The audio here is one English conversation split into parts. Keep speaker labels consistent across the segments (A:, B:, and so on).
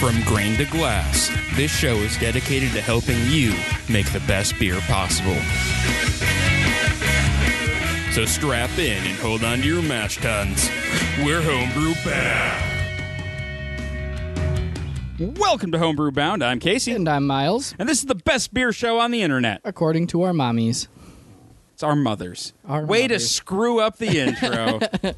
A: From Grain to Glass, this show is dedicated to helping you make the best beer possible. So strap in and hold on to your mash tuns. We're Homebrew Bound. Welcome to Homebrew Bound. I'm Casey,
B: And I'm Miles,
A: and this is the best beer show on the internet.
B: according to our mommies.
A: It's our mothers.
B: Our
A: Way to
B: mothers.
A: screw up the intro.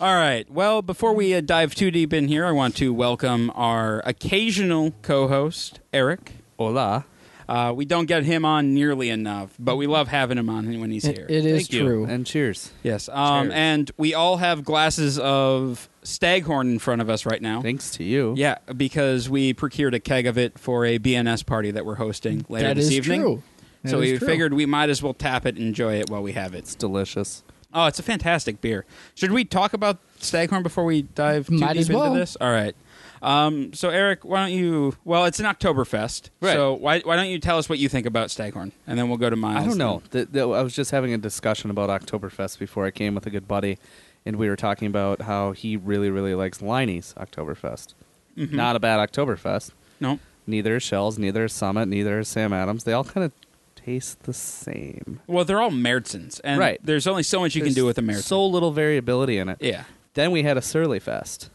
A: All right. Well, before we uh, dive too deep in here, I want to welcome our occasional co-host, Eric.
C: Hola.
A: Uh, we don't get him on nearly enough, but we love having him on when he's
B: It-
A: here.
B: it is
C: Thank you,
B: true.
C: And cheers.
A: Yes. Um,
C: Cheers.
A: and we all have glasses of Staghorn in front of us right now.
C: Thanks to you.
A: Yeah, because we procured a keg of it for a BNS party that we're hosting later
B: That
A: this
B: is
A: evening.
B: true. That
A: so
B: is
A: we
B: true.
A: figured we might as well tap it and enjoy it while we have it.
C: It's delicious.
A: Oh, it's a fantastic beer. Should we talk about Staghorn before we dive too
B: Might
A: deep
B: as well.
A: into this? All right. Um, so Eric, why don't you? Well, it's an Oktoberfest,
C: Right.
A: so why why don't you tell us what you think about Staghorn, and then we'll go to Miles.
C: I don't know. The, the, I was just having a discussion about Oktoberfest before I came with a good buddy, and we were talking about how he really, really likes Liney's Oktoberfest.
A: Mm-hmm.
C: Not a bad Oktoberfest.
A: No.
C: Neither is Shell's, neither is Summit, neither is Sam Adams. They all kind of taste the same.
A: Well, they're all Märtzens, and
C: Right.
A: there's only so much you can
C: There's
A: do with a Märzen.
C: So little variability in it.
A: yeah.
C: Then we had a Surly Fest.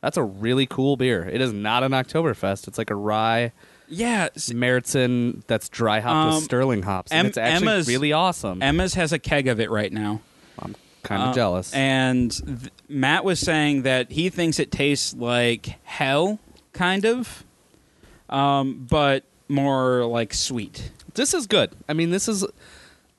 C: That's a really cool beer. It is not an Oktoberfest. It's like a rye
A: Yeah. s-
C: Meritzen that's dry hopped
A: Um,
C: with Sterling hops.
A: Em-
C: and it's actually
A: Emma's-
C: really awesome.
A: Emma's has a keg of it right now.
C: I'm kind of
A: Uh,
C: jealous.
A: And th- Matt was saying that he thinks it tastes like hell, kind of, um, but more like sweet.
C: this is good. I mean, this is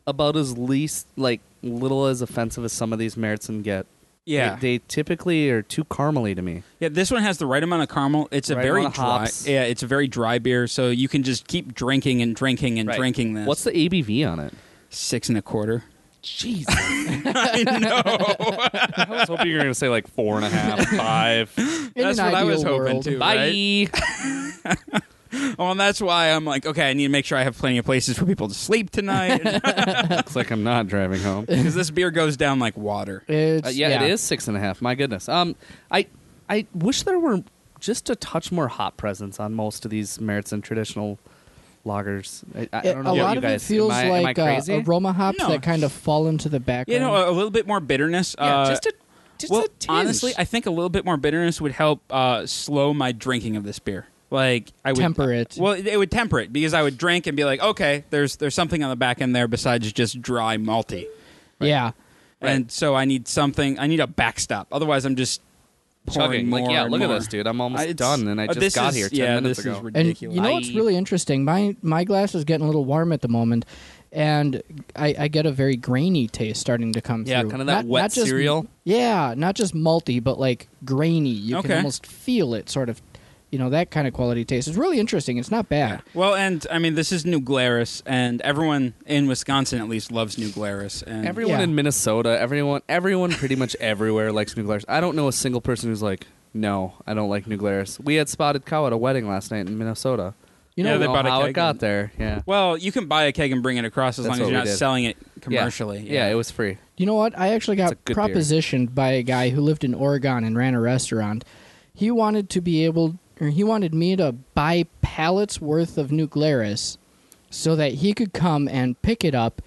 C: about as least like little as offensive as some of these Meritzen get.
A: Yeah.
C: they, they typically are too caramely to me.
A: Yeah, this one has the right amount of caramel. It's a
C: Right
A: very
C: amount of
A: dry.
C: hops.
A: Yeah, it's a very dry beer, so you can just keep drinking and drinking and drinking this.
C: What's the ABV on it?
A: six and a quarter?
C: Jeez, I know. I was hoping you were going to say like four and a half, five.
B: In
A: That's
B: an
A: what I
B: ideal
A: was hoping
B: world.
A: too.
C: Bye.
A: right? Oh, and that's why I'm like, okay, I need to make sure I have plenty of places for people to sleep tonight,
C: Looks like I'm not driving home.
A: because this beer goes down like water.
B: It's,
C: Uh, yeah, it is six and a half. My goodness. Um, I I wish there were just a touch more hop presence on most of these merits and traditional lagers. I, I
B: It-
C: don't know
B: a
C: about
B: lot
C: you
B: of
C: guys.
B: it feels
C: am I, am I
B: like
C: crazy?
B: Uh, aroma hops
A: No.
B: that kind of fall into the
A: You
B: background.
A: know, a, a little bit more bitterness.
C: yeah,
A: uh,
C: just a just
A: well,
C: a tinge.
A: honestly, I think a little bit more bitterness would help uh, slow my drinking of this beer. Like I would
B: Temper it.
A: Well, it would temper it because I would drink and be like, okay, there's there's something on the back end there besides just dry malty,
B: yeah.
A: and so I need something. I need a backstop. Otherwise, I'm just pouring
C: chugging.
A: more
C: Like, yeah,
A: and
C: look
A: more.
C: at this, dude. I'm almost
A: I- it's-
C: done, and I
A: uh,
C: just
A: this
C: got
A: is-
C: here ten
A: yeah,
C: minutes
A: this
C: ago.
A: is
B: And
A: ridiculous.
B: you know what's
C: I-
B: really interesting? My my glass is getting a little warm at the moment, and I, I get a very grainy taste starting to come
C: Yeah,
B: through.
C: kinda
B: Not-
C: that wet
B: not just-
C: cereal.
B: Yeah, not just malty, but like grainy. You
A: Okay.
B: can almost feel it, sort of. You know that kind of quality taste. It's really interesting. It's not bad.
A: Well, and I mean, this is New Glarus, and everyone in Wisconsin at least loves New Glarus. And
C: Everyone
B: Yeah.
C: in Minnesota, everyone, everyone, pretty much everywhere likes New Glarus. I don't know a single person who's like, no, I don't like New Glarus. We had spotted cow at a wedding last night in Minnesota.
B: You
A: Yeah,
B: know,
A: they
C: I don't
A: bought a
C: know how
A: keg
C: it got
A: and-
C: there. Yeah.
A: well, you can buy a keg and bring it across as
C: That's
A: long as
C: what
A: you're not
C: we did.
A: selling it
C: Yeah.
A: commercially.
C: Yeah. it was free.
B: You know what? I actually
C: It's
B: got
C: a good
B: propositioned by a guy who lived in Oregon and ran a restaurant. He wanted to be able, or he wanted me to buy pallets worth of New Glarus so that he could come and pick it up,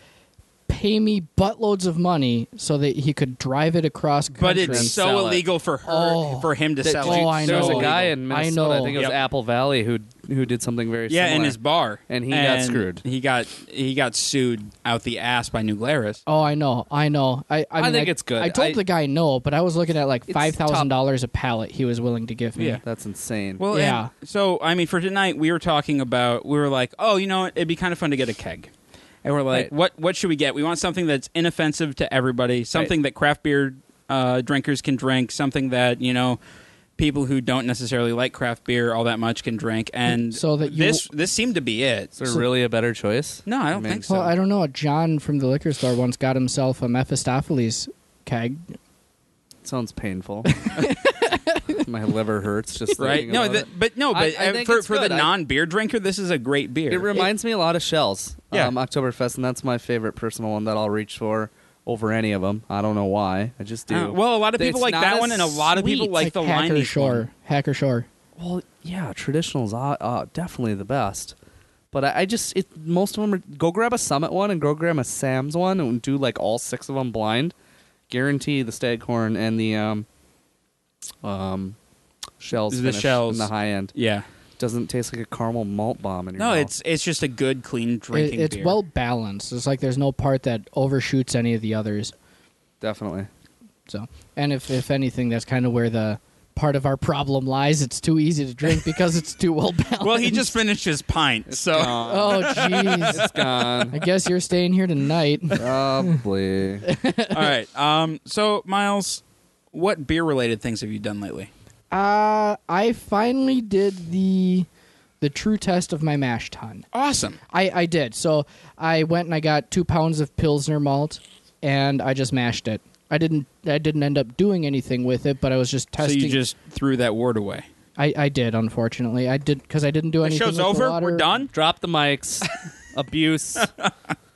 B: pay me buttloads of money so that he could drive it across country.
A: But
C: and
A: it's so
C: sell it.
A: illegal for her
B: Oh.
A: for him to
C: That-
A: sell
C: did
A: it.
C: you-
B: Oh, I
C: there was
B: know.
C: a guy in
B: I
C: Minnesota. I,
B: know.
C: think it was
A: Yep.
C: Apple Valley who who did something very
A: Yeah,
C: similar.
A: in his bar,
C: And he got screwed.
A: He got he got sued out the ass by New Glarus.
B: Oh, I know, I know. I, I,
C: I
B: mean,
C: think it's good.
B: I told
C: I-
B: the guy no, but I was looking at like
C: It's
B: five thousand dollars a pallet he was willing to give me.
A: Yeah.
C: That's insane.
A: Well,
B: Yeah.
A: and so I mean, for tonight, we were talking about we were like, oh, you know, it'd be kind of fun to get a keg, and we're like,
C: Right.
A: what what should we get? We want something that's inoffensive to everybody, something that craft beer uh, drinkers can drink, something that you know people who don't necessarily like craft beer all that much can drink, and
B: So that you-
A: this this seemed to be it.
C: is there really a better choice?
A: No, I don't
C: mean,
A: think so.
B: Well, I don't know. John from the liquor store once got himself a Mephistopheles keg.
C: Sounds painful. My liver hurts just
A: right?
C: thinking
A: No,
C: about
A: th-
C: it.
A: but no,
C: I-
A: but
C: I
A: uh,
C: think
A: for
C: it's
A: for the
C: good. I-
A: non beer drinker, this is a great beer.
C: It reminds me a lot of shells.
A: Yeah.
C: Um, Oktoberfest, and that's my favorite personal one that I'll reach for over any of them. I don't know why. I just do.
A: Uh, well, a lot of
C: It's
A: people like
C: not
A: that
C: as
A: one, and a lot of people
C: sweet.
A: like,
B: Like
A: the
B: Hacker
A: Liney
B: Shore.
A: one.
B: Hacker Shore.
C: Well, yeah, traditionals are, are definitely the best. But I, I just it most of them are go grab a Summit one and go grab a Sam's one and do like all six of them blind. Guarantee the staghorn and the um um shells
A: The
C: finish
A: shells.
C: in the high end
A: Yeah.
C: doesn't taste like a caramel malt bomb in your
A: No,
C: mouth.
A: it's it's just a good clean
B: It,
A: drinking
B: it's
A: beer.
B: well balanced. It's like there's no part that overshoots any of the others.
C: definitely
B: So, and if if anything, that's kind of where the part of our problem lies. It's too easy to drink because it's too well balanced.
A: Well, he just finished his pint, so
C: gone.
B: Oh jeez.
C: It's gone.
B: I guess you're staying here tonight.
C: Probably.
A: all right. Um, so Miles, what beer related things have you done lately?
B: Uh, I finally did the the true test of my mash tun.
A: Awesome.
B: I, I did. So I went and I got two pounds of Pilsner malt, and I just mashed it. I didn't. I didn't end up doing anything with it, but I was just testing.
A: So you just threw that word away.
B: I, I did. Unfortunately, I did because I didn't do
A: The
B: anything.
A: show's
B: with the
A: over.
B: water.
A: We're done.
C: Drop the mics. Abuse.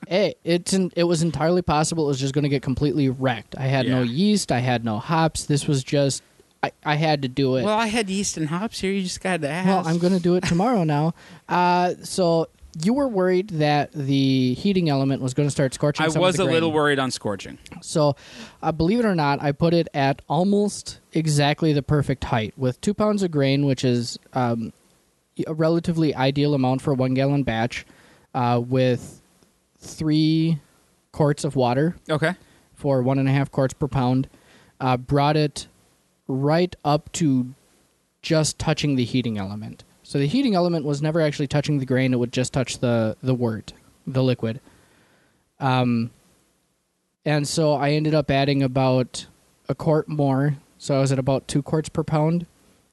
B: Hey, Eh, it's an, it was entirely possible. It was just going to get completely wrecked. I had no
A: Yeah.
B: yeast. I had no hops. This was just. I, I had to do it.
A: Well, I had yeast and hops here. You just got to ask.
B: Well, I'm going to do it tomorrow now. Uh, so you were worried that the heating element was going to start scorching.
A: I
B: some of
A: was
B: the
A: a
B: grain.
A: little worried on scorching.
B: So, uh, believe it or not, I put it at almost exactly the perfect height with two pounds of grain, which is um, a relatively ideal amount for a one gallon batch, uh, with three quarts of water
A: Okay.
B: for one and a half quarts per pound. Uh, brought it right up to just touching the heating element. So the heating element was never actually touching the grain; it would just touch the the wort, the liquid. Um, and so I ended up adding about a quart more. So I was at about two quarts per pound,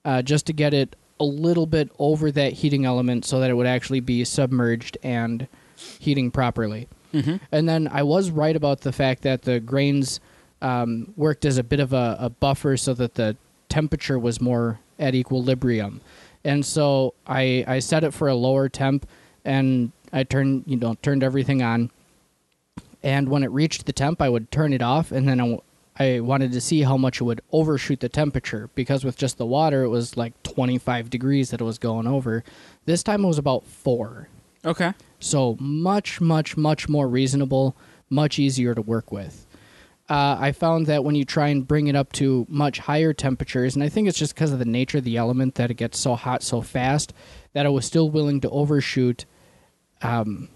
B: uh, just to get it a little bit over that heating element, so that it would actually be submerged and heating properly. Mm-hmm. And then I was right about the fact that the grains um, worked as a bit of a, a buffer so that the temperature was more at equilibrium. And so I, I set it for a lower temp and I turned, you know, turned everything on. And when it reached the temp, I would turn it off and then I, w- I wanted to see how much it would overshoot the temperature because with just the water, it was like 25 degrees that it was going over. This time it was about four.
A: Okay.
B: So much, much, much more reasonable, much easier to work with. Uh, I found that when you try and bring it up to much higher temperatures, and I think it's just because of the nature of the element that it gets so hot so fast, that I was still willing to overshoot um,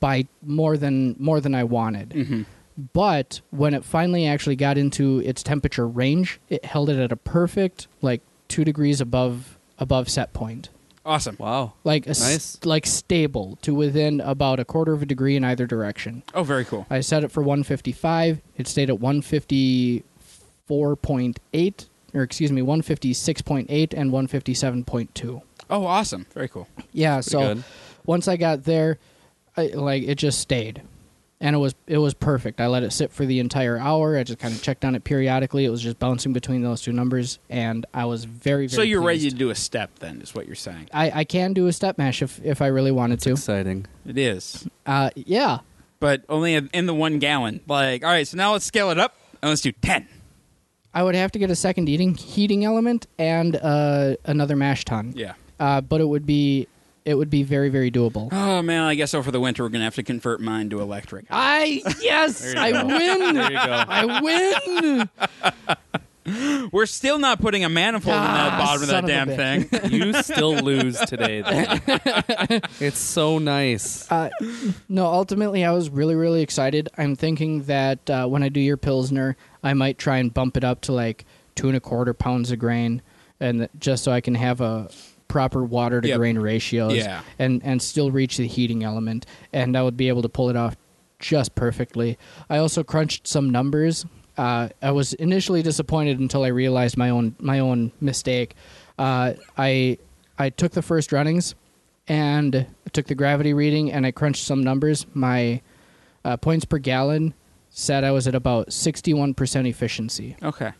B: by more than more than I wanted.
A: Mm-hmm.
B: But when it finally actually got into its temperature range, it held it at a perfect like two degrees above above set point
A: Awesome.
C: Wow.
B: like a s-
C: Nice.
B: like stable to within about a quarter of a degree in either direction.
A: Oh, very cool.
B: I set it for 155. It stayed at 154.8 or excuse me 156.8 and 157.2.
A: Oh, awesome. Very cool.
B: Yeah, so
C: good.
B: once I got there I, like it just stayed. And it was it was perfect. I let it sit for the entire hour. I just kind of checked on it periodically. It was just bouncing between those two numbers and I was very very
A: So you're ready
B: pleased.
A: to do a step then, is what you're saying.
B: I, I can do a step mash if, if I really wanted to.
C: Exciting.
A: It is.
B: Uh, yeah,
A: But only in the one gallon. Like, all right, so now let's scale it up and let's do 10.
B: I would have to get a second eating heating element and uh, another mash tun.
A: Yeah.
B: Uh, but it would be it would be very very doable.
A: Oh, man, I guess over the winter we're going to have to convert mine to electric. Ah,
B: I yes, I
C: There
B: win.
C: you go.
B: I win.
A: We're still not putting a manifold in the
B: Ah,
A: bottom of that
B: son of a
A: damn
B: bitch.
A: thing.
C: you still lose today. Then. it's so nice.
B: Uh, no, ultimately I was really really excited. I'm thinking that uh, when I do your pilsner, I might try and bump it up to like two and a quarter pounds of grain, and th- just so I can have a proper water to
A: Yep.
B: grain ratios
A: Yeah.
B: and and still reach the heating element and I would be able to pull it off just perfectly. I also crunched some numbers. Uh, I was initially disappointed until I realized my own my own mistake. Uh, I I took the first runnings and I took the gravity reading and I crunched some numbers. My uh, points per gallon said I was at about 61% efficiency.
A: Okay.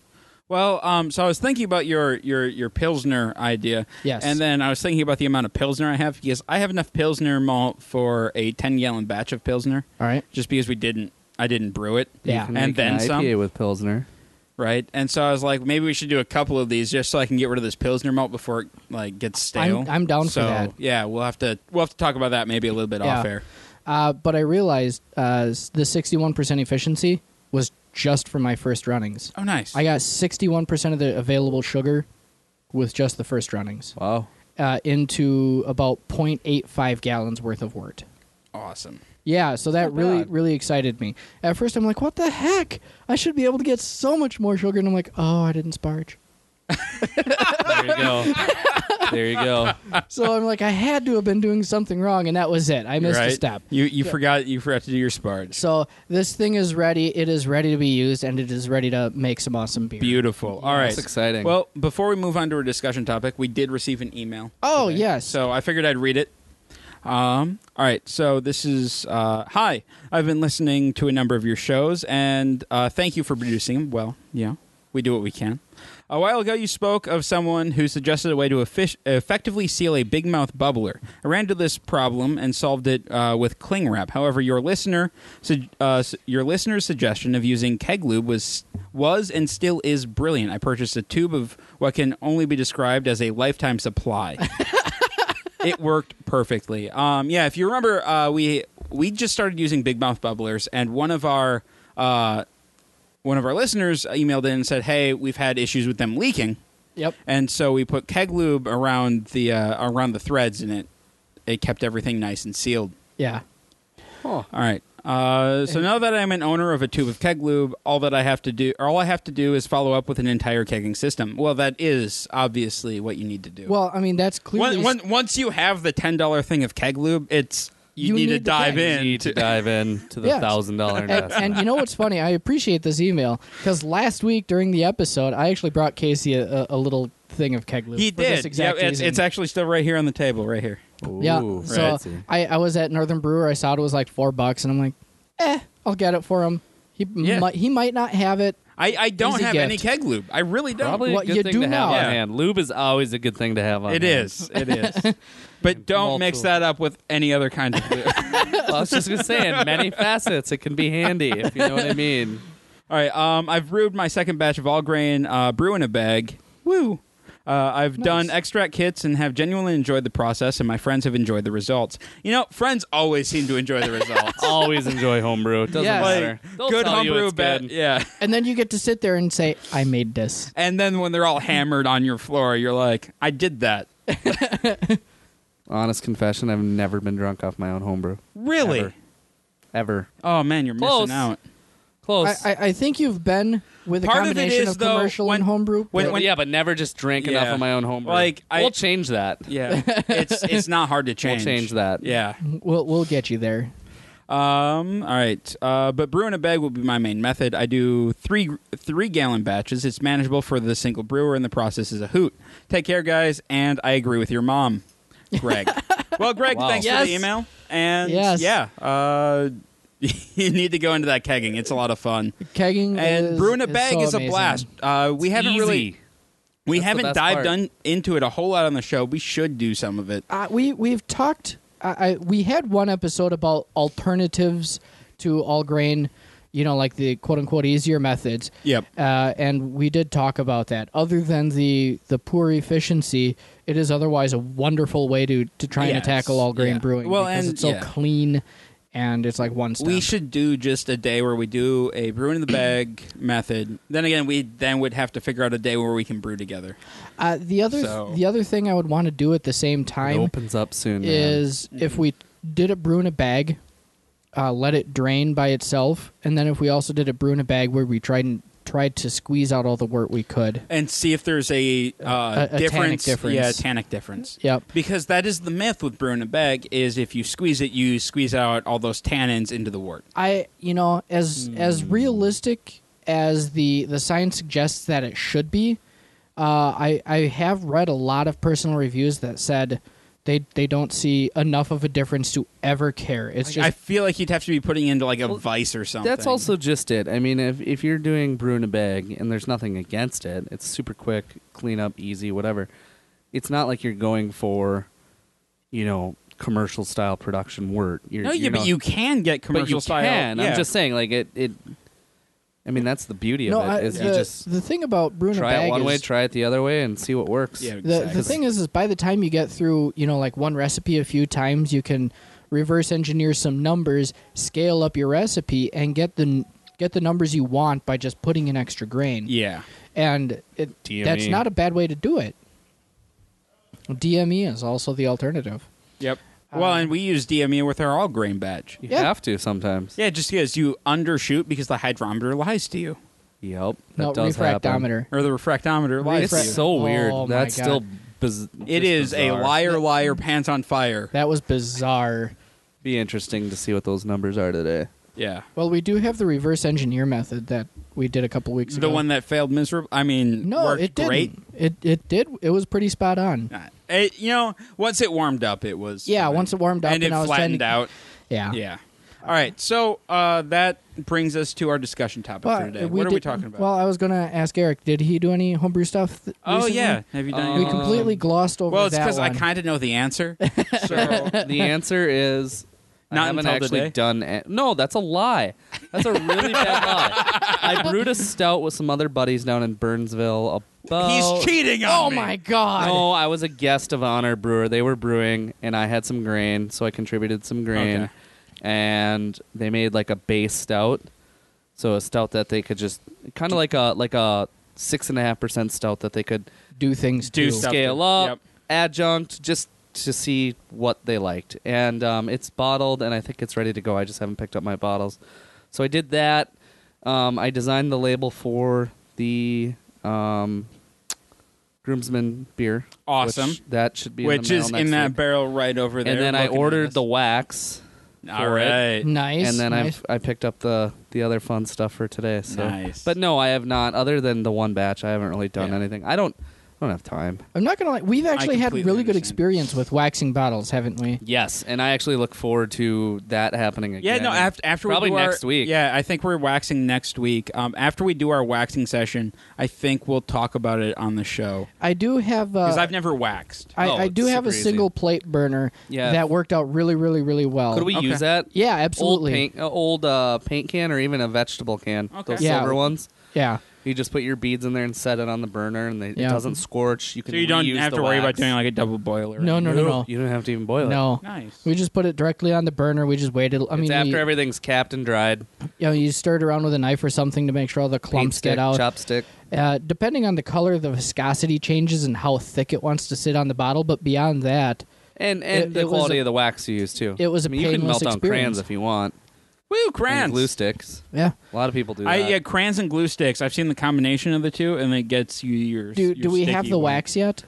A: Well, um, so I was thinking about your, your, your Pilsner idea.
B: Yes.
A: And then I was thinking about the amount of Pilsner I have because I have enough Pilsner malt for a 10 gallon batch of Pilsner
B: All right.
A: just because we didn't, I didn't brew it.
B: Yeah.
C: You can
A: And
C: make
A: then
C: an
A: some.
C: IPA with Pilsner.
A: right? And so I was like, maybe we should do a couple of these just so I can get rid of this Pilsner malt before it like gets stale.
B: I'm- I'm down for
A: so,
B: that.
A: Yeah, we'll have to we'll have to talk about that maybe a little bit
B: Yeah.
A: off air.
B: Uh, but I realized uh, s- the 61% efficiency was just from my first runnings.
A: Oh, nice.
B: I got 61% of the available sugar with just the first runnings
C: Wow.
B: uh, into about 0.85 gallons worth of wort.
A: awesome.
B: Yeah, so that
C: not
B: really,
C: bad.
B: really excited me. At first, I'm like, what the heck? I should be able to get so much more sugar. And I'm like, oh, I didn't sparge.
C: There you go. there you go.
B: so I'm like, I had to have been doing something wrong. And that was it. I missed
A: right?
B: a step.
A: You you forgot you forgot to do your sparge.
B: So this thing is ready. It is ready to be used, and it is ready to make some awesome beer.
A: Beautiful. All right.
C: That's exciting.
A: Well, before we move on to our discussion topic, we did receive an email.
B: Oh
A: today,
B: yes.
A: So I figured I'd read it. Um, all right. So this is uh, Hi. I've been listening to a number of your shows, and uh, thank you for producing. Well, yeah, we do what we can. A while ago, you spoke of someone who suggested a way to effic- effectively seal a big mouth bubbler. I ran into this problem and solved it uh, with cling wrap. However, your listener, su- uh, su- your listener's suggestion of using keg lube was was and still is brilliant. I purchased a tube of what can only be described as a lifetime supply it worked perfectly. Um, yeah, if you remember, uh, we we just started using big mouth bubblers, and one of our uh, one of our listeners emailed in and said, "Hey, we've had issues with them leaking,"
B: Yep.
A: and so we put keg lube around the uh, around the threads, and it it kept everything nice and sealed.
B: Yeah.
A: All right. Uh, so now that I'm an owner of a tube of keg lube, all that I have to do, all I have to do, is follow up with an entire kegging system. Well, that is obviously what you need to do.
B: Well, I mean, that's clearly
A: When, when, once you have the ten dollar thing of keg lube, it's you,
B: You
A: need,
B: need
A: to
B: the
A: dive
B: keg.
A: in.
C: you need to dive in to the
B: Yes.
C: thousand dollar
B: and,
C: investment.
B: and you know what's funny? I appreciate this email because last week during the episode, I actually brought Casey a, a, a little thing of keg lube.
A: he
B: for This
A: did. Yeah,
B: exact
A: it's,
B: reason.
A: it's actually still right here on the table, right here.
B: yeah.
C: Ooh,
B: so
C: fancy.
B: I, I was at Northern Brewer. I saw it was like four bucks, and I'm like, eh, I'll get it for him. He
A: Yeah.
B: might he might not have it.
A: I, I don't
B: Easy
A: have
B: gift.
A: any keg lube. I really don't.
C: Probably
B: What
C: a good
B: you
C: thing
B: do
C: to have
B: now.
C: on
A: Yeah.
C: hand. Lube is always a good thing to have on
A: It
C: hand.
A: is. It is. but don't mix
C: Multiple.
A: that up with any other kind of lube.
C: Well, I was just gonna say, in many facets, it can be handy if you know what I mean.
A: All right. Um, I've brewed my second batch of all grain uh, brew in a bag. Woo. Uh, I've done extract kits and have genuinely enjoyed the process, and my friends have enjoyed the results. You know, friends always seem to enjoy the results.
C: Always enjoy homebrew. It doesn't
B: Yes.
C: matter. They'll
A: good
C: tell you
A: homebrew
C: it's
A: bet,
C: good.
A: yeah.
B: And then you get to sit there and say, I made this.
A: And then when they're all
C: Mm-hmm.
A: hammered on your floor, you're like, I did that.
C: Honest confession: I've never been drunk off my own homebrew.
A: Really?
C: Ever. Ever.
A: Oh man, you're
C: Close.
A: missing out.
B: I,
C: Close.
B: I, I think you've been with a
A: Part of it
B: combination
A: is,
B: of
A: though,
B: commercial
A: when-
B: and homebrew.
A: when-
B: but-
C: But- yeah, but never just drank enough
A: Yeah.
C: of my own homebrew.
A: Like, I-
C: we'll change that.
A: Yeah. it's it's not hard to change.
C: change that. Mm-hmm.
A: Yeah.
B: We'll we'll get you there.
A: Um, all right. Uh, but brew in a bag will be my main method. I do three three gallon batches. It's manageable for the single brewer, and the process is a hoot. Take care, guys. And I agree with your mom, Greg. well, Greg,
C: Wow.
A: thanks for
B: Yes.
A: the email. And
B: Yes.
A: yeah, uh, you need to go into that kegging. It's a lot of fun.
B: Kegging
A: And
B: is,
A: brewing a
B: is
A: bag
B: so
A: is, a
B: amazing.
A: blast. Uh, we haven't
C: Easy.
A: really we
C: That's the
A: haven't
C: best
A: dived
C: part.
A: un- into it a whole lot on the show. We should do some of it.
B: Uh, we we've talked. uh, I, I we had one episode about alternatives to all grain. You know, like the quote unquote easier methods.
A: Yep.
B: Uh, and we did talk about that. Other than the the poor efficiency, it is otherwise a wonderful way to to try and
A: Yes.
B: tackle all grain
A: Yeah.
B: brewing
A: Well,
B: because
A: and-
B: it's so
A: yeah.
B: clean and it's like one step.
A: We should do just a day where we do a brew in the bag method. Then again, we then would have to figure out a day where we can brew together.
B: Uh, the other
A: So-
B: the other thing I would want to do at the same
C: It
B: time
C: opens up soon. man.
B: is if we did it brew in a bag, uh, let it drain by itself, and then if we also did it brew in a bag where we tried and tried to squeeze out all the wort we could.
A: And see if there's a, uh,
B: A- a
A: difference.
B: tannic difference.
A: Yeah, a tannic difference.
B: Yep.
A: Because that is the myth with brew in a bag is if you squeeze it, you squeeze out all those tannins into the wort.
B: I you know as as
C: Hmm.
B: realistic as the the science suggests that it should be, uh, I I have read a lot of personal reviews that said. They, they don't see enough of a difference to ever care. It's just
A: I feel like you'd have to be putting into like a vice or something.
C: That's also just it. I mean, if if you're doing brew in a bag and there's nothing against it, it's super quick, clean up, easy, whatever. It's not like you're going for, you know, commercial style production wort. You're,
A: no,
C: you're
A: yeah, but
C: not-
A: you can get
C: but
A: commercial
C: you
A: style.
C: Can.
A: yeah.
C: I'm just saying, like it it. I mean, that's the beauty
B: no,
C: of
B: I,
C: it. Is
B: the,
C: you just
B: the thing about Bruno
C: try
B: Bag
C: it one
B: is
C: way, try it the other way, and see what works.
A: Yeah.
B: the,
A: Exactly.
B: the thing is, is by the time you get through, you know, like one recipe a few times, you can reverse engineer some numbers, scale up your recipe, and get the n- get the numbers you want by just putting in extra grain.
A: Yeah. E.
B: And it,
C: DME.
B: that's not a bad way to do it. DME is also the alternative.
A: Yep. Uh, well,
B: Um,
A: and we use DME with our all grain badge.
C: You
B: Yeah.
C: have to sometimes.
A: Yeah, just because you undershoot because the hydrometer lies to you,
C: Yep. That
B: no,
C: does happen.
B: refractometer.
A: or the refractometer lies
C: It's
A: to you.
B: Refract-
C: so weird.
B: Oh my
C: that's
B: God.
C: still. Biz-
A: it
C: just
A: is a
C: bizarre.
A: liar, liar, pants on fire.
B: That was bizarre.
C: Be interesting to see what those numbers are today.
A: Yeah.
B: Well, we do have the reverse engineer method that we did a couple weeks ago.
A: The one that failed miserably. I mean,
B: no,
A: worked
B: it did.
A: great.
B: It it did. It was pretty spot on.
A: Uh, It, you know, once it warmed up, it was.
B: Yeah, once it warmed up
A: and it
B: and I was
A: flattened
B: trying to-
A: out.
B: Yeah.
A: Yeah. All right. So uh, that brings us to our discussion topic
B: Well,
A: for today.
B: we
A: What are we
B: did-
A: talking about?
B: Well, I was gonna ask Eric. Did he do any homebrew stuff? Th-
A: oh
B: recently?
A: yeah. Have you done?
C: Um,
B: We
A: anything?
B: completely glossed over
A: well, it's
B: that
A: because I
B: one.
A: kind of know the answer. So
C: the answer is
A: Not
C: I haven't
A: until
C: actually
A: today?
C: done. A- no, that's a lie. That's a really bad lie. I brewed a stout with some other buddies down in Burnsville. About
A: he's cheating on
B: Oh
A: me.
B: my god!
C: No, I was a guest of honor brewer. They were brewing, and I had some grain, so I contributed some grain.
A: Okay.
C: And they made like a base stout, so a stout that they could just kind of like a like a six and a half percent stout that they could
B: Do things
A: Do
B: too.
A: stuff.
C: scale
A: to-
C: up,
A: yep.
C: adjunct, just to see what they liked. And um, it's bottled, and I think it's ready to go. I just haven't picked up my bottles. So I did that. Um, I designed the label for the um, groomsman beer.
A: Awesome.
C: which- that should be
A: Which
C: in the mail
A: is
C: next
A: in that
C: week.
A: barrel right over there.
C: and then I
A: looking at
C: ordered
A: us.
C: the wax,
A: All
C: for it.
A: right.
B: Nice.
C: and then
B: nice.
C: I I picked up the the other fun stuff for today. So,
A: Nice.
C: but no, I have not. Other than the one batch, I haven't really done
A: Yeah.
C: anything. I don't I don't have time.
B: I'm not gonna lie. We've actually had
A: completely
B: really good
A: understand.
B: experience with waxing bottles, haven't we?
C: Yes, and I actually look forward to that happening again.
A: Yeah, no. After after
C: probably
A: we do
C: next
A: our,
C: week.
A: Yeah, I think we're waxing next week. Um, after we do our waxing session, I think we'll talk about it on the show
B: I do have. Uh,
A: because I've never waxed.
B: I,
C: Oh,
B: I
C: it's
B: do have a
C: super easy.
B: single plate burner
C: Yeah.
B: that worked out really, really, really well.
C: could we
A: Okay.
C: use that?
B: Yeah, absolutely.
C: Old paint, uh, old uh, paint can, or even a vegetable can.
A: Okay.
C: Those
B: Yeah.
C: silver ones.
B: Yeah.
C: You just put your beads in there and set it on the burner, and they,
B: Yeah.
C: it doesn't scorch. You can
A: So you don't
C: reuse
A: have
C: the
A: to worry about
C: wax.
A: doing like a double boiler.
B: No, no, no, no.
C: You don't have to even boil it.
B: No.
A: Nice.
B: We just put it directly on the burner. We just waited. I mean,
C: it's after
B: we-
C: everything's capped and dried.
B: you know, you stir it around with a knife or something to make sure all the
C: Paint
B: clumps
C: stick,
B: get out.
C: chopstick.
B: Uh, depending on the color, the viscosity changes and how thick it wants to sit on the bottle. But beyond that,
C: And and
B: It-
C: the
B: it was
C: quality
B: a-
C: of the wax you use too.
B: it was a
C: I mean, you can
B: painless
C: melt down crayons
B: experience.
C: if you want.
A: Woo,
C: And
A: crayons.
C: glue sticks.
B: yeah.
C: A lot of people do that.
A: I, yeah, crayons and glue sticks. I've seen the combination of the two, and it gets you your.
B: Do
A: your
B: do we have
A: sticky
B: the
A: one.
B: wax yet?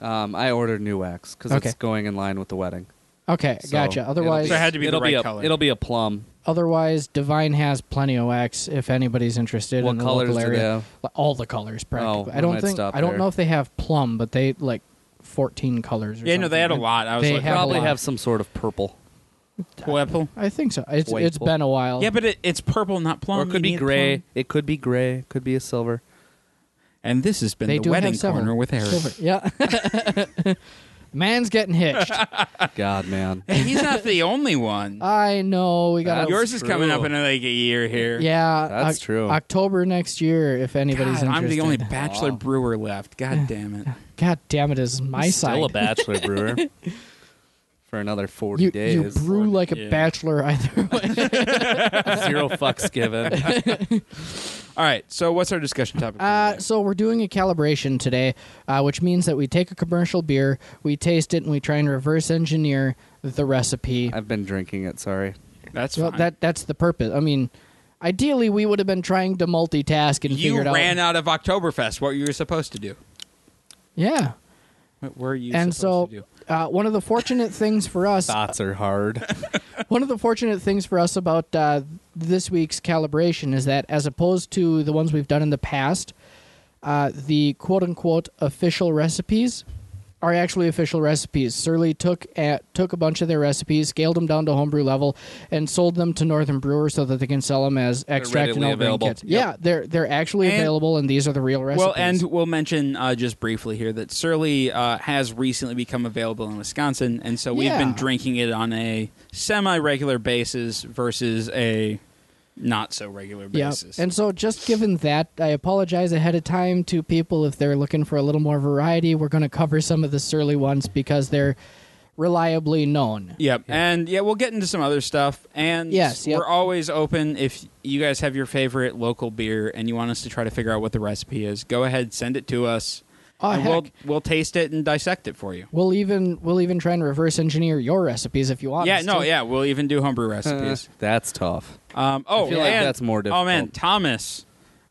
C: um, I ordered new wax because
B: Okay.
C: it's going in line with the wedding.
B: Okay,
C: So
B: gotcha.
C: it'll
B: Otherwise,
A: So it had to be the
C: it'll
A: right
C: a,
A: color.
C: It'll be a plum.
B: otherwise, Divine has plenty of wax if anybody's interested
C: What
B: in the
C: colors
B: local
C: do they
B: area.
C: have? Oh,
B: Like, All the colors, practically. I
C: we
B: don't
C: might
B: think.
C: stop
B: I don't
C: there.
B: know if they have plum, but they like fourteen colors. Or
A: Yeah, no, they had a
B: something.
A: lot. I was
B: They
A: like,
B: have a
C: Probably
B: lot.
C: have some sort of purple,
A: purple apple.
B: I think so. It's
C: White
B: it's
C: pul-
B: been a while.
A: Yeah, but it, it's purple, not plum.
C: or it
A: You
C: could be
A: need
C: gray.
A: plum.
C: It could be gray. Could be a silver.
A: And this has been
B: they
A: the
B: do
A: wedding
B: have several.
A: corner with Eric.
B: Silver. Yeah. Man's getting hitched.
C: God, man.
A: Hey, He's not the only one.
B: I know. We got.
C: That's
A: Yours is coming up
C: true.
A: in like a year here.
B: Yeah,
C: That's true.
B: October next year, if
A: God,
B: anybody's interested.
A: I'm the only bachelor
C: Wow.
A: brewer left. God damn it.
B: God damn it! Is my
C: Still a
B: side.
C: bachelor brewer for another forty
B: you
C: days.
B: you brew like a
A: yeah.
B: bachelor either way.
C: Zero fucks given.
A: All right, so what's our discussion topic? for
B: uh,
A: today?
B: so we're doing a calibration today, uh, which means that we take a commercial beer, we taste it, and we try and reverse engineer the recipe.
C: I've been drinking it. Sorry.
A: That's
B: well,
A: fine.
B: that that's the purpose. I mean, ideally, we would have been trying to multitask and
A: you
B: figure it
A: ran out
B: out.
A: of Oktoberfest. What you were supposed to do?
B: Yeah,
A: What were you
B: and so
A: supposed to do?
B: uh, one of the fortunate things for us
C: Thoughts are hard.
B: One of the fortunate things for us about uh, this week's calibration is that, as opposed to the ones we've done in the past, uh, the quote unquote official recipes are actually official recipes. Surly took at, took a bunch of their recipes, scaled them down to homebrew level, and sold them to Northern Brewers so that they can sell them as extract and
C: readily
B: all-grain
C: available.
B: kits.
C: Yep.
B: Yeah, they're they're actually
A: And-
B: available, and these are the real recipes.
A: Well, and we'll mention uh, just briefly here that Surly uh, has recently become available in Wisconsin, and so we've
B: Yeah.
A: been drinking it on a semi-regular basis versus a not so regular
B: Yeah.
A: basis.
B: And so, just given that, I apologize ahead of time to people if they're looking for a little more variety. We're going to cover some of the surly ones because they're reliably known.
A: Yep. And yeah, we'll get into some other stuff. And
B: Yes, yep.
A: we're always open if you guys have your favorite local beer and you want us to try to figure out what the recipe is, go ahead, send it to us.
B: Oh,
A: and we'll
B: heck.
A: we'll taste it and dissect it for you.
B: We'll even we'll even try and reverse engineer your recipes if you want.
A: yeah,
B: us
A: no,
B: to.
A: yeah, we'll even do homebrew
C: Uh,
A: recipes.
C: that's tough.
A: um oh,
C: I feel like
A: and-
C: that's more
A: Oh man,
C: difficult.
A: Thomas.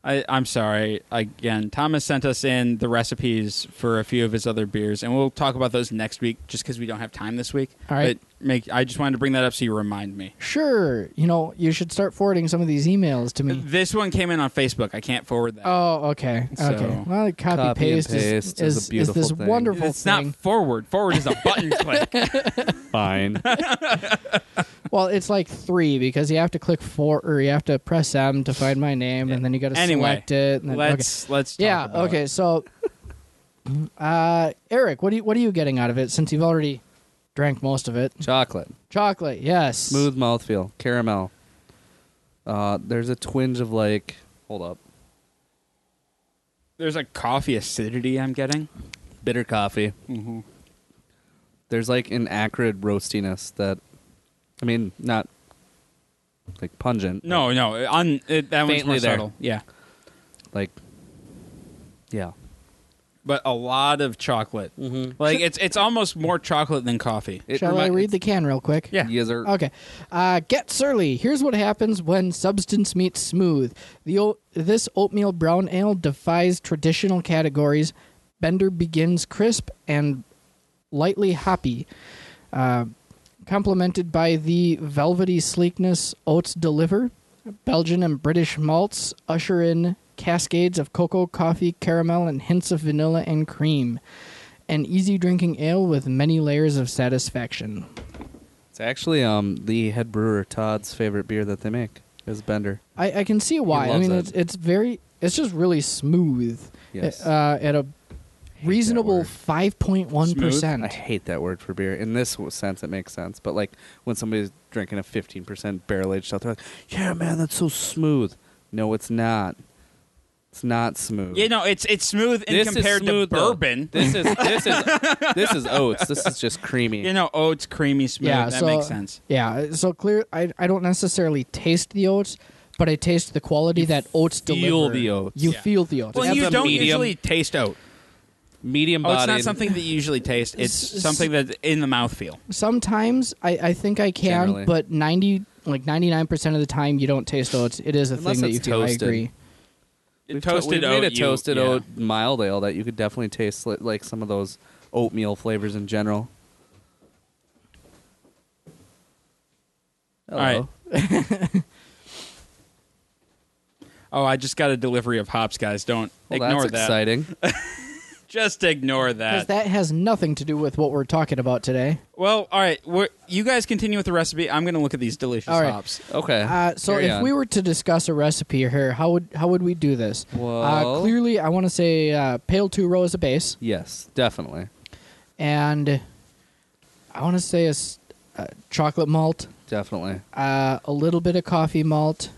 A: I, I'm sorry. Again, Thomas sent us in the recipes for a few of his other beers, and we'll talk about those next week just because we don't have time this week.
B: All right.
A: But make I just wanted to bring that up so you remind me.
B: Sure. You know, you should start forwarding some of these emails to me.
A: This one came in on Facebook. I can't forward that.
B: Oh, okay.
A: Uh, So-
B: okay. Well, copy,
C: and
B: paste, is-
C: paste is a
B: is, is,
C: beautiful
B: this
C: thing.
B: wonderful
A: it's
B: thing.
A: not forward. Forward is a button click.
C: Fine.
B: well, it's like three because you have to click four or you have to press M to find my name, and then you got to
A: Anyway,
B: select it. And then, okay.
A: Let's let's talk
B: Yeah.
A: about
B: Okay.
A: it.
B: So, uh, Eric, what do you, what are you getting out of it since you've already drank most of it?
C: Chocolate,
B: Chocolate. Yes.
C: smooth mouthfeel, caramel. Uh, there's a twinge of like, hold up,
A: There's a coffee acidity I'm getting.
C: bitter coffee.
A: Mm-hmm.
C: There's like an acrid roastiness that, I mean, not like pungent.
A: No, no, on it, that one's
C: Faintly
A: more
C: there.
A: subtle. Yeah,
C: but, Like, yeah.
A: but a lot of chocolate.
C: Mm-hmm.
A: Like it's it's almost more chocolate than coffee.
B: Shall I read the can real quick?
A: Yeah.
C: Yes, sir.
B: Okay. Uh, get surly. Here's what happens when substance meets smooth. The o- this oatmeal brown ale defies traditional categories. Bender begins crisp and lightly hoppy, uh, complemented by the velvety sleekness oats deliver. Belgian and British malts usher in cascades of cocoa, coffee, caramel, and hints of vanilla and cream. An easy drinking ale with many layers of satisfaction.
C: It's actually um the head brewer Todd's favorite beer that they make is Bender.
B: I, I can see why. I
C: loves
B: mean,
C: it.
B: it's it's very it's just really smooth.
C: Yes.
B: Uh, at a
C: that
B: reasonable
C: word.
B: five point one
C: I
B: percent.
C: hate that word for beer. In this w- sense, it makes sense. But like when somebody's drinking a 15% barrel aged stout, they're like, "Yeah, man, that's so smooth." No, it's not. It's not smooth.
A: Yeah, no, it's it's smooth and
C: This is
A: compared
C: smooth,
A: to
C: though.
A: bourbon.
C: This is this is this is oats. This is just creamy.
A: You know, oats creamy smooth.
B: Yeah,
A: that
B: so
A: makes sense.
B: Yeah. So clear. I I don't necessarily taste the oats, but I taste the quality that oats
C: feel
B: deliver.
C: the oats.
B: You
A: Yeah.
B: feel the oats.
A: Well,
C: have
A: and you
C: a
A: don't
C: medium-
A: usually taste oat.
C: Medium
A: Oh,
C: body.
A: it's not something that you usually taste. It's
B: S- s-
A: something that's in the mouthfeel.
B: Sometimes I I think I can,
C: Generally.
B: but ninety like ninety nine percent of the time you don't taste oats. It is a
C: Unless
B: thing that
C: it's
B: you feel.
C: toasted.
B: I agree.
C: We've to-
A: toasted
C: we've
A: oat.
C: made a
A: you-
C: toasted
A: yeah.
C: oat mild ale that you could definitely taste li- like some of those oatmeal flavors in general.
A: All right. Oh, I just got a delivery of hops, guys. Don't
C: Well,
A: ignore
C: that's
A: that.
C: exciting.
A: Just ignore that.
B: Because that has nothing to do with what we're talking about today.
A: Well, all right. We're, you guys continue with the recipe. I'm going to look at these delicious
B: All right.
A: hops.
C: Okay.
B: Uh, so
C: Carry
B: if
C: on.
B: we were to discuss a recipe here, how would how would we do this? uh,
C: Well-
B: clearly, I want to say uh, pale two row is a base,
C: yes, definitely,
B: and I want to say a, s- uh chocolate malt,
C: definitely.
B: uh, a little bit of coffee malt.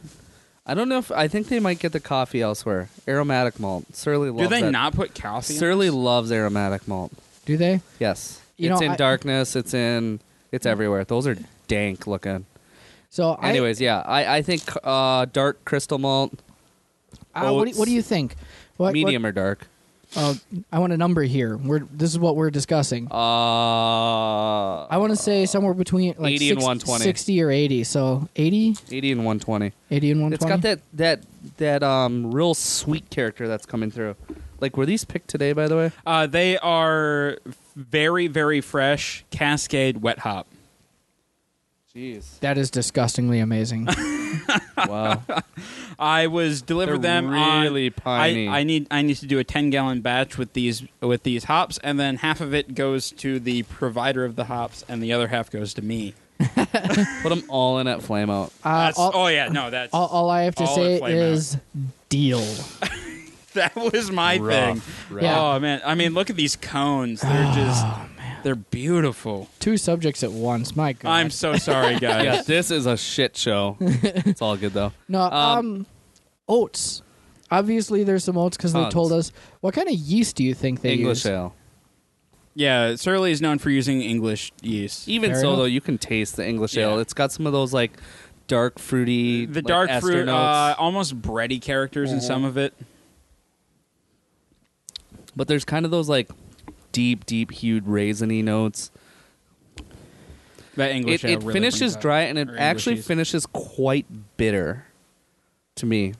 C: I don't know if I think they might get the coffee elsewhere. Aromatic malt. Surly loves
A: Do they
C: that.
A: not put coffee? in
C: Surly
A: this?
C: loves aromatic malt.
B: Do they?
C: Yes,
B: You
C: it's
B: know,
C: in
B: I-
C: darkness. It's in. It's everywhere. Those are dank looking.
B: So I-
C: Anyways, yeah, I I think uh, dark crystal malt,
B: uh, what, do,
C: oats,
B: what do you think? What, what-
C: medium or dark.
B: uh, I want a number here. We're this is what we're discussing.
C: Uh,
B: I want to say somewhere between like
C: 80 and
B: six-
C: 120.
B: 60 or 80. So 80,
C: 80 and 120.
B: 80 and 120.
C: It's got that that that um real sweet character that's coming through. Like were these picked today by the way?
A: Uh, they are very, very fresh Cascade wet hop.
C: Jeez.
B: That is disgustingly amazing. Uh,
C: Wow.
A: I was delivered
C: They're
A: them
C: really
A: on. I,
C: piney.
A: I need I need to do a ten gallon batch with these with these hops, and then half of it goes to the provider of the hops, and the other half goes to me.
C: Put them all in at flame out.
B: Uh,
A: That's,
B: all,
A: oh yeah, no, that's
B: all, all I have to
A: all
B: say
A: at Flame Out.
B: is deal.
A: that was my thing.
C: Rough, rough.
B: Yeah.
A: Oh man, I mean, look at these cones. They're just They're beautiful.
B: Two subjects at once. My God.
A: I'm so sorry, guys.
C: yeah, this is a shit show. it's all good though.
B: no. Um, oats. Obviously, there's some oats because they
C: Tons.
B: told us. What kind of yeast do you think they
C: English
B: use?
C: ale.
A: Yeah, Surly is known for using English yeast.
C: Even
B: Fair
C: so,
B: enough.
C: though, you can taste the English
A: Yeah.
C: ale. It's got some of those like dark fruity,
A: The
C: like,
A: dark
C: ester
A: fruit, uh,
C: notes.
A: almost bready characters in some of it.
C: but there's kind of those like deep, deep hued raisiny notes.
A: That English
C: it
A: ale
C: it
A: really brings
C: finishes
A: out-
C: dry and it
A: or English
C: actually
A: yeast.
C: finishes quite bitter to me.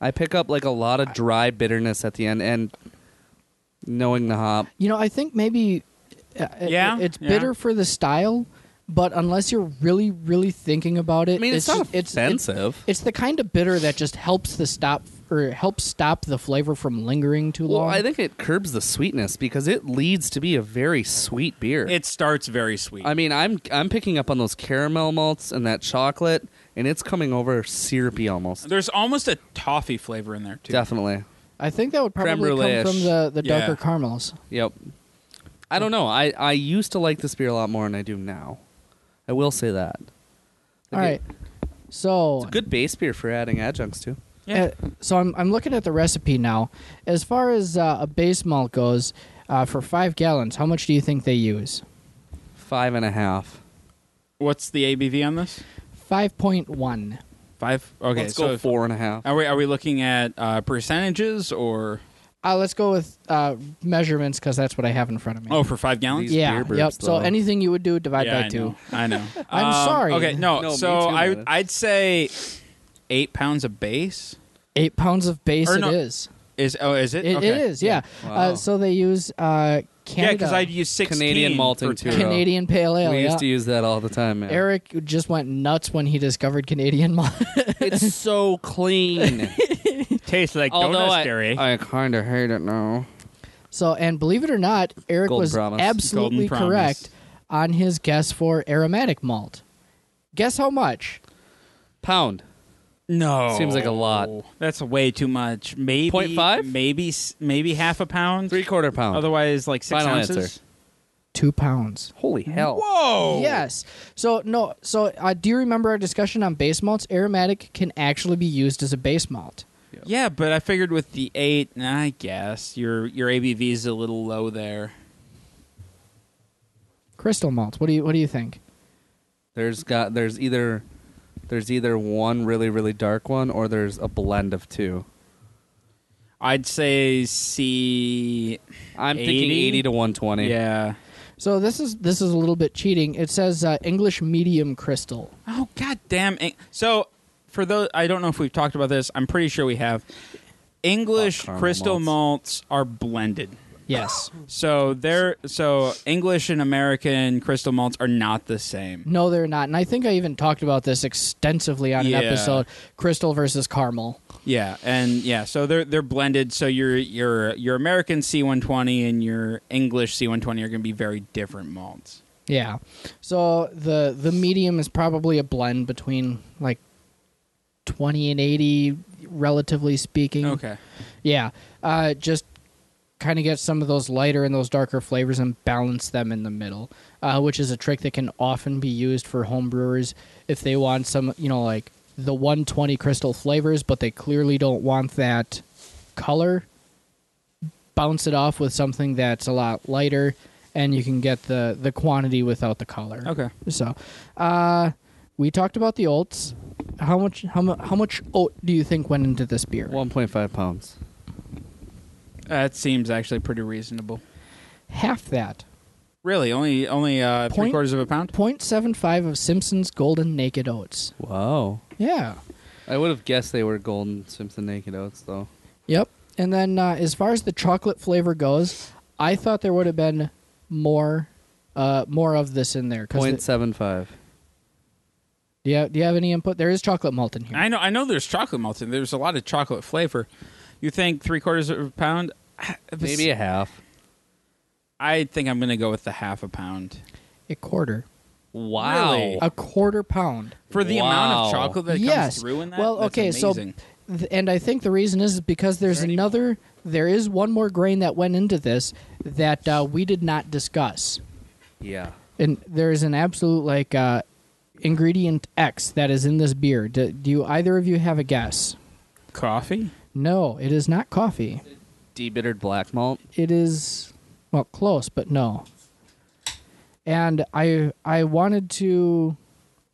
C: I pick up like a lot of dry bitterness at the end, and knowing the hop,
B: You know, I think maybe uh, it-
A: Yeah,
B: it's
A: yeah.
B: bitter for the style, but unless you're really, really thinking about it,
C: I mean, it's, not
B: just- it's, it's
C: offensive.
B: it's the kind of bitter that just helps the stop or helps stop the flavor from lingering too
C: well,
B: long.
C: I think it curbs the sweetness because it leads to be a very sweet beer.
A: It starts very sweet.
C: I mean, I'm I'm picking up on those caramel malts and that chocolate, and it's coming over syrupy almost.
A: There's almost a toffee flavor in there too.
C: Definitely.
B: I think that would
C: Creme
B: probably come
C: brulee-ish.
B: from the, the
A: Yeah.
B: darker caramels.
C: Yep. I don't know. I, I used to like this beer a lot more than I do now. I will say that.
B: All right. So
C: It's a good base beer for adding adjuncts to.
A: Yeah.
B: Uh, so I'm, I'm looking at the recipe now. As far as uh, a base malt goes, uh, for five gallons, how much do you think they use?
C: Five and a half.
A: What's the ABV on this?
B: 5.1.
A: Five. Okay,
C: Let's
A: so
C: go
A: if-
C: four and a half.
A: Are we are we looking at uh, percentages or
B: Uh, let's go with uh, measurements because that's what I have in front of me.
A: oh for five gallons?
C: These
B: yeah.
C: beer burps,
B: yep. So
C: though.
B: anything you would do, divide
A: yeah,
B: by
A: I
B: two.
A: know, I know.
B: I'm
A: Um,
B: sorry.
A: Okay, no.
C: No, me
A: so
C: too,
A: I
C: man.
A: I'd say eight pounds of base
B: Eight pounds of base
A: Or
B: it
A: no-
B: is.
A: is oh is it?
B: It,
A: okay.
B: it is, yeah.
C: Wow.
B: Uh, so they use uh,
A: Yeah,
B: Canada,
A: because I'd use sixteen
C: Canadian malting
A: for-
C: too.
B: Canadian Pale Ale.
C: we
B: Oh, yeah.
C: used to use that all the time, man.
B: Eric just went nuts when he discovered Canadian malt.
C: it's so clean.
A: Tastes like
C: Although
A: donuts,
C: I,
A: dairy.
C: I kind of hate it now.
B: so, and believe it or not, Eric
C: Golden
B: was
C: promise.
B: absolutely
A: Golden promise.
B: correct on his guess for aromatic malt. Guess how much?
C: Pound.
A: no,
C: Seems like a lot.
A: That's way too much. Maybe
C: 0.5?
A: Maybe s- maybe half a pound.
C: Three quarter pound.
A: Otherwise, like six
C: Final
A: ounces.
C: answer.
B: Two pounds.
C: Holy hell.
A: Whoa!
B: Yes. So no. So uh, do you remember our discussion on base malts? Aromatic can actually be used as a base malt.
A: Yeah, but I figured with the eight, I guess your your ABV is a little low there.
B: Crystal malt. What do you What do you think?
C: There's got there's either there's either one really really dark one or there's a blend of two.
A: I'd say C.
C: I'm thinking
A: 80?
C: 80 to 120.
A: Yeah.
B: So this is this is a little bit cheating. It says uh, English medium crystal.
A: Oh god damn. Eng- So for those I don't know if we've talked about this. I'm pretty sure we have. English
C: Fuck caramel
A: crystal malts. are blended.
B: Yes.
A: So they're so English and American crystal malts are not the same.
B: No, they're not. And I think I even talked about this extensively on
A: Yeah.
B: an episode Crystal versus Caramel.
A: Yeah, and yeah, so they're they're blended. So your your your American C120 and your English C120 are going to be very different malts.
B: Yeah. So the the medium is probably a blend between like 20 and 80 relatively speaking.
A: Okay.
B: Yeah. Uh just kind of get some of those lighter and those darker flavors and balance them in the middle. Uh, which is a trick that can often be used for home brewers if they want some, you know, like the 120 crystal flavors, but they clearly don't want that color. Bounce it off with something that's a lot lighter, and you can get the the quantity without the color.
A: Okay.
B: So, uh, we talked about the oats. How much how, mu- how much oat do you think went into this beer?
C: 1.5 pounds.
A: That seems actually pretty reasonable.
B: half that.
A: Really, only only uh, three
B: Point-
A: quarters of a pound.
B: 0.75 of Simpson's Golden Naked Oats.
C: Wow.
B: Yeah.
C: I would have guessed they were golden Simpson naked oats though.
B: Yep. And then uh, as far as the chocolate flavor goes, I thought there would have been more uh, more of this in there. 'cause
C: Point
B: the-
C: seven five.
B: do, you, do you have any input? There is chocolate malt in here.
A: I know. I know. There's chocolate malt in. there. There's a lot of chocolate flavor. You think three quarters of a pound?
C: Maybe a half.
A: I think I'm going to go with the half a pound
B: a quarter.
A: Wow.
B: A quarter pound.
A: for the amount of
C: Wow.
A: chocolate that
B: yes.
A: comes through in that.
B: well,
A: that's
B: okay,
A: amazing.
B: so Th- and I think the reason is because there's
C: there any-
B: another, there is one more grain that went into this that uh, we did not discuss,
C: Yeah.
B: and there is an absolute like uh, ingredient X that is in this beer. Do, do you either of you have a guess?
A: Coffee?
B: No, it is not coffee.
C: Debittered black malt.
B: It is well close, but no. And I I wanted to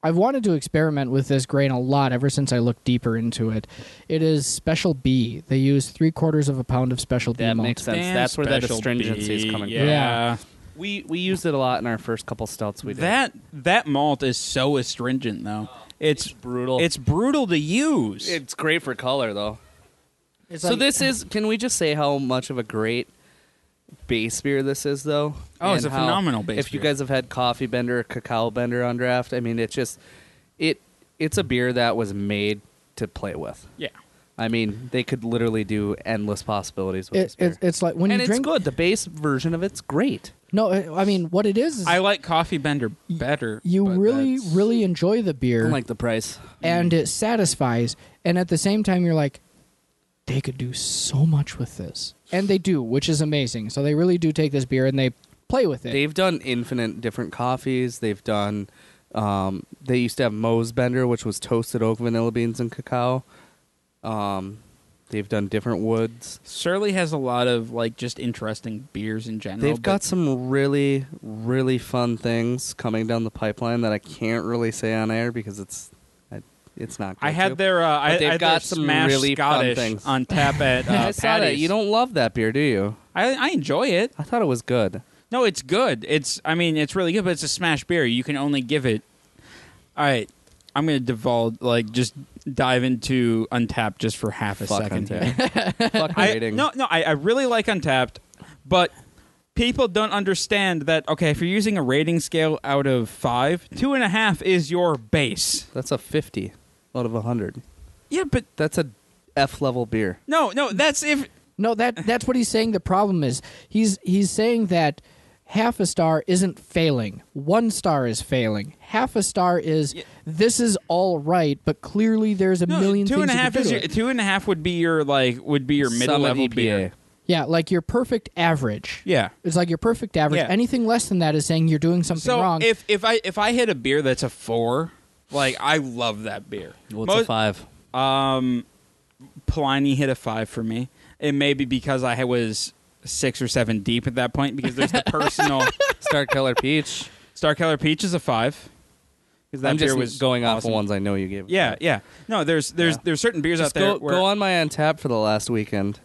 B: I've wanted to experiment with this grain a lot ever since I looked deeper into it. It is special B. They use three quarters of a pound of special B
C: That
B: malt.
C: makes sense.
A: Damn
C: That's where that
A: special
C: astringency is
A: bee.
C: coming
A: yeah.
C: from.
B: Yeah.
C: We we used it a lot in our first couple stouts we did.
A: That that malt is so astringent though. It's
C: brutal.
A: it's brutal to use.
C: it's great for color though.
B: It's
C: so
B: like-
C: this is can we just say how much of a great base beer this is though?
A: Oh, it's
C: And
A: a
C: how-
A: phenomenal base
C: If you
A: beer.
C: guys have had coffee bender or cacao bender on draft, I mean it's just it it's a beer that was made to play with.
A: yeah.
C: I mean, they could literally do endless possibilities with
B: it,
C: this beer.
B: it, it's like when
C: and
B: you
C: it's
B: drink
C: good. The base version of it's great.
B: No, I I mean what it is is
A: I like coffee bender better.
B: you
A: but
B: really
A: that's-
B: really enjoy the beer
C: the price.
B: and it satisfies and at the same time you're like they could do so much with this and they do which is amazing so they really do take this beer and they play
A: Eh.
B: with it
C: They've done infinite different coffees. They've done. Um, they used to have Moe's Bender, which was toasted oak, vanilla beans, and cacao. Um, they've done different woods.
A: Surly has a lot of like just interesting beers in general.
C: They've got
A: but
C: some really, really fun things coming down the pipeline that I can't really say on air because it's, I, it's not. Good
A: I
C: to.
A: had their uh, I,
C: But they've
A: I had
C: got
A: their
C: some
A: smash
C: really fun
A: Scottish
C: things.
A: on tap at uh,
C: I saw that.
A: Paddy's.
C: You don't love that beer, do you?
A: I, I enjoy it.
C: I thought it was good.
A: No, it's good. It's I mean, it's really good, but it's a smash beer. You can only give it. All right, I'm gonna devolve like just dive into Untapped just for half a
C: Fuck
A: second. here.
C: Untapped. Fuck
A: I,
C: rating.
A: no, no, I, I really like Untapped, but people don't understand that. Okay, if you're using a rating scale out of five, two and a half is your base.
C: That's a fifty out of hundred.
A: Yeah, but
C: That's a F level beer.
A: no, no, that's if
B: no that that's what he's saying the problem is he's he's saying that half a star isn't failing one star is failing half a star is this is all right but clearly there's a
A: no,
B: million
A: two and
B: things
A: a
B: you could
A: half
B: do
A: is
B: to
A: your,
B: it. E
A: two and a half would be your like would be your middle
C: Summit
A: level
C: EPA.
A: beer.
B: yeah like your perfect average
A: Yeah.
B: it's like your perfect average
A: Yeah.
B: anything less than that is saying you're doing something
A: So
B: wrong
A: if if I if I hit a beer that's a four, like I love that beer.
C: What's a
A: Most-
C: five?
A: Pliny hit a five for me. It may be because I was six or seven deep at that point because there's the personal
C: Star Killer Peach.
A: Star Keller Peach is a five. Because that
C: I'm
A: beer
C: just
A: was
C: going off
A: awesome.
C: the ones I know you gave.
A: Yeah, yeah. No, there's there's
C: Yeah.
A: there's certain beers
C: Just
A: out there
C: go,
A: where
C: go on my on tap for the last weekend.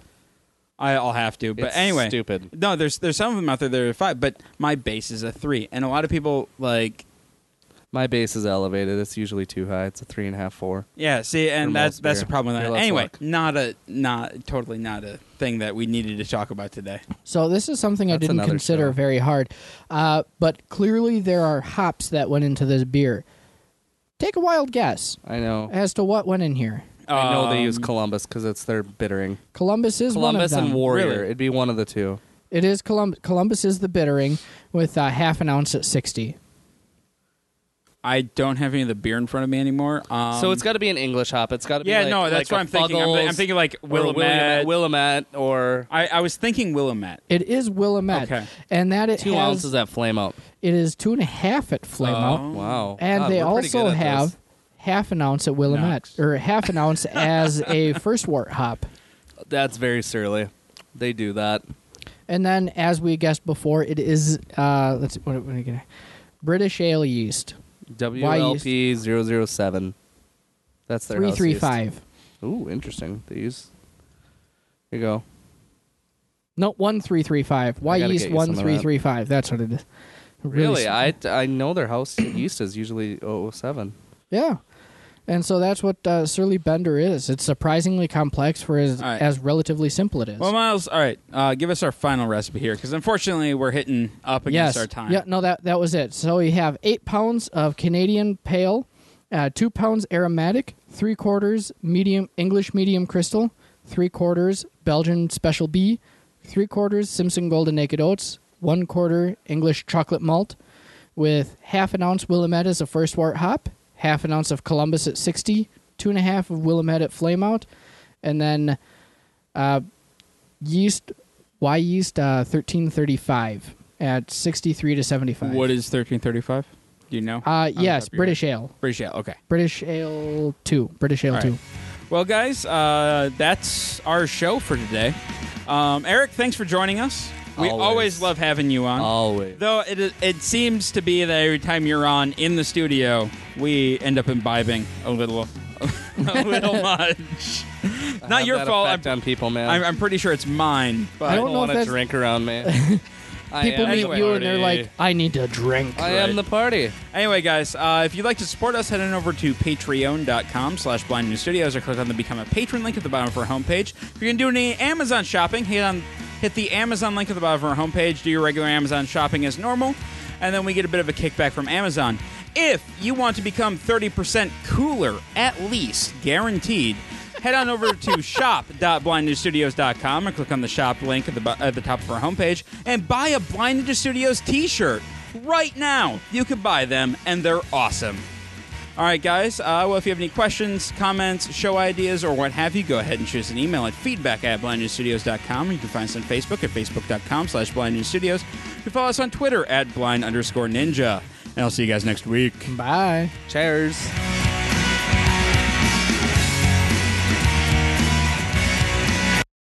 A: I, I'll have to. But
C: It's
A: anyway,
C: stupid.
A: No, there's there's some of them out there that are five, but my base is a three, and a lot of people like
C: My base is elevated. It's usually too high. It's a three and a half, four.
A: Yeah, see, and
C: For
A: that's
C: most
A: that's
C: beer.
A: the problem with
C: Beer
A: that.
C: less
A: Anyway,
C: luck.
A: not a not totally not a thing that we needed to talk about today.
B: So this is something I
C: That's
B: didn't
C: another
B: consider
C: show.
B: very hard, uh, but clearly there are hops that went into this beer. Take a wild guess
C: I know.
B: as to what went in here.
C: I know they
A: Um,
C: use Columbus because it's their bittering.
B: Columbus is
C: Columbus
B: one of them.
C: and Warrior.
A: Really?
C: It'd be one of the two.
B: It is Colum- Columbus is the bittering with uh, half an ounce at sixty.
A: I don't have any of the beer in front of me anymore. Um,
C: so it's got to be an English hop. It's got to be.
A: yeah,
C: like-
A: no, that's
C: like
A: what
C: a
A: I'm thinking. I'm, thi- I'm
C: Fuggles
A: thinking like
C: or
A: Willamette.
C: Willamette, or
A: I, I was thinking Willamette.
B: It is Willamette,
A: Okay.
B: and that it
C: two
B: has
C: ounces at Flame Out.
B: it is two and a half at Flame Out,
C: Oh, Wow.
B: and
C: God,
B: they
C: we're pretty
B: also
C: good at
B: have
C: this.
B: half an ounce at Willamette
A: Nice.
B: or half an ounce as a first wart hop.
C: That's very surly. They do that.
B: And then, as we guessed before, it is uh, let's what, what are we gonna British ale yeast
C: WLP 007. That's their
B: three
C: house
B: three
C: yeast.
B: five.
C: Ooh, interesting. They use. Here you go.
B: No, one three three five. Why
C: gotta
B: yeast
C: get you some
B: one
C: of
B: three
C: that.
B: three five? That's what it is.
C: Really?
B: s-
C: I, I know their house yeast is usually 007.
B: yeah. And so that's what uh, Surly Bender is. It's surprisingly complex for as
A: All right.
B: as relatively simple it is.
A: Well, Miles, all right, uh, give us our final recipe here because unfortunately we're hitting up against
B: yes.
A: our time.
B: Yeah. No, that that was it. So you have eight pounds of Canadian pale, uh, two pounds aromatic, three quarters medium English medium crystal, three quarters Belgian special B, three quarters Simpson Golden Naked Oats, one quarter English chocolate malt, with half an ounce Willamette as a first wart hop, half an ounce of Columbus at 60, two and a half of Willamette at Flameout, and then uh, yeast Y yeast uh, thirteen thirty five at sixty three to seventy five.
A: What is 1335? Do you know?
B: Uh,
A: On the
B: yes,
A: top of your
B: British
A: head.
B: ale.
A: British Ale, okay.
B: British ale two. British ale
A: All
B: two.
A: right. Well, guys, uh, that's our show for today. Um, Eric, thanks for joining us. We always,
C: Always.
A: love having you on.
C: Always.
A: Though it, it seems to be that every time you're on in the studio, we end up imbibing a little, a little much.
C: I
A: Not
C: have
A: your
C: that
A: fault.
C: effect
A: I'm,
C: on people, man.
A: I'm, I'm pretty sure it's mine. But
B: I don't know if
C: want to
B: that's-
C: drink around me. I
B: People
C: am
B: meet
C: the
B: you and they're
C: party.
B: like, I need to drink.
C: I
A: Right.
C: am the party.
A: Anyway, guys, uh, if you'd like to support us, head on over to patreon.com slash blind new studios or click on the Become a Patron link at the bottom of our homepage. If you're going to do any Amazon shopping, hit on hit the Amazon link at the bottom of our homepage, do your regular Amazon shopping as normal, and then we get a bit of a kickback from Amazon. If you want to become 30% cooler, at least, guaranteed, head on over to shop.blindnewstudios.com and click on the shop link at the, bo- at the top of our homepage and buy a Blind Ninja Studios t shirt right now. You can buy them, and they're awesome. All right, guys. Uh, well, if you have any questions, comments, show ideas, or what have you, go ahead and shoot us an email at feedback at blindnewsstudios.com. You can find us on Facebook at facebook.com slash blindnewsstudios. You can follow us on Twitter at blind underscore ninja. And I'll see you guys next week.
B: Bye.
C: Cheers.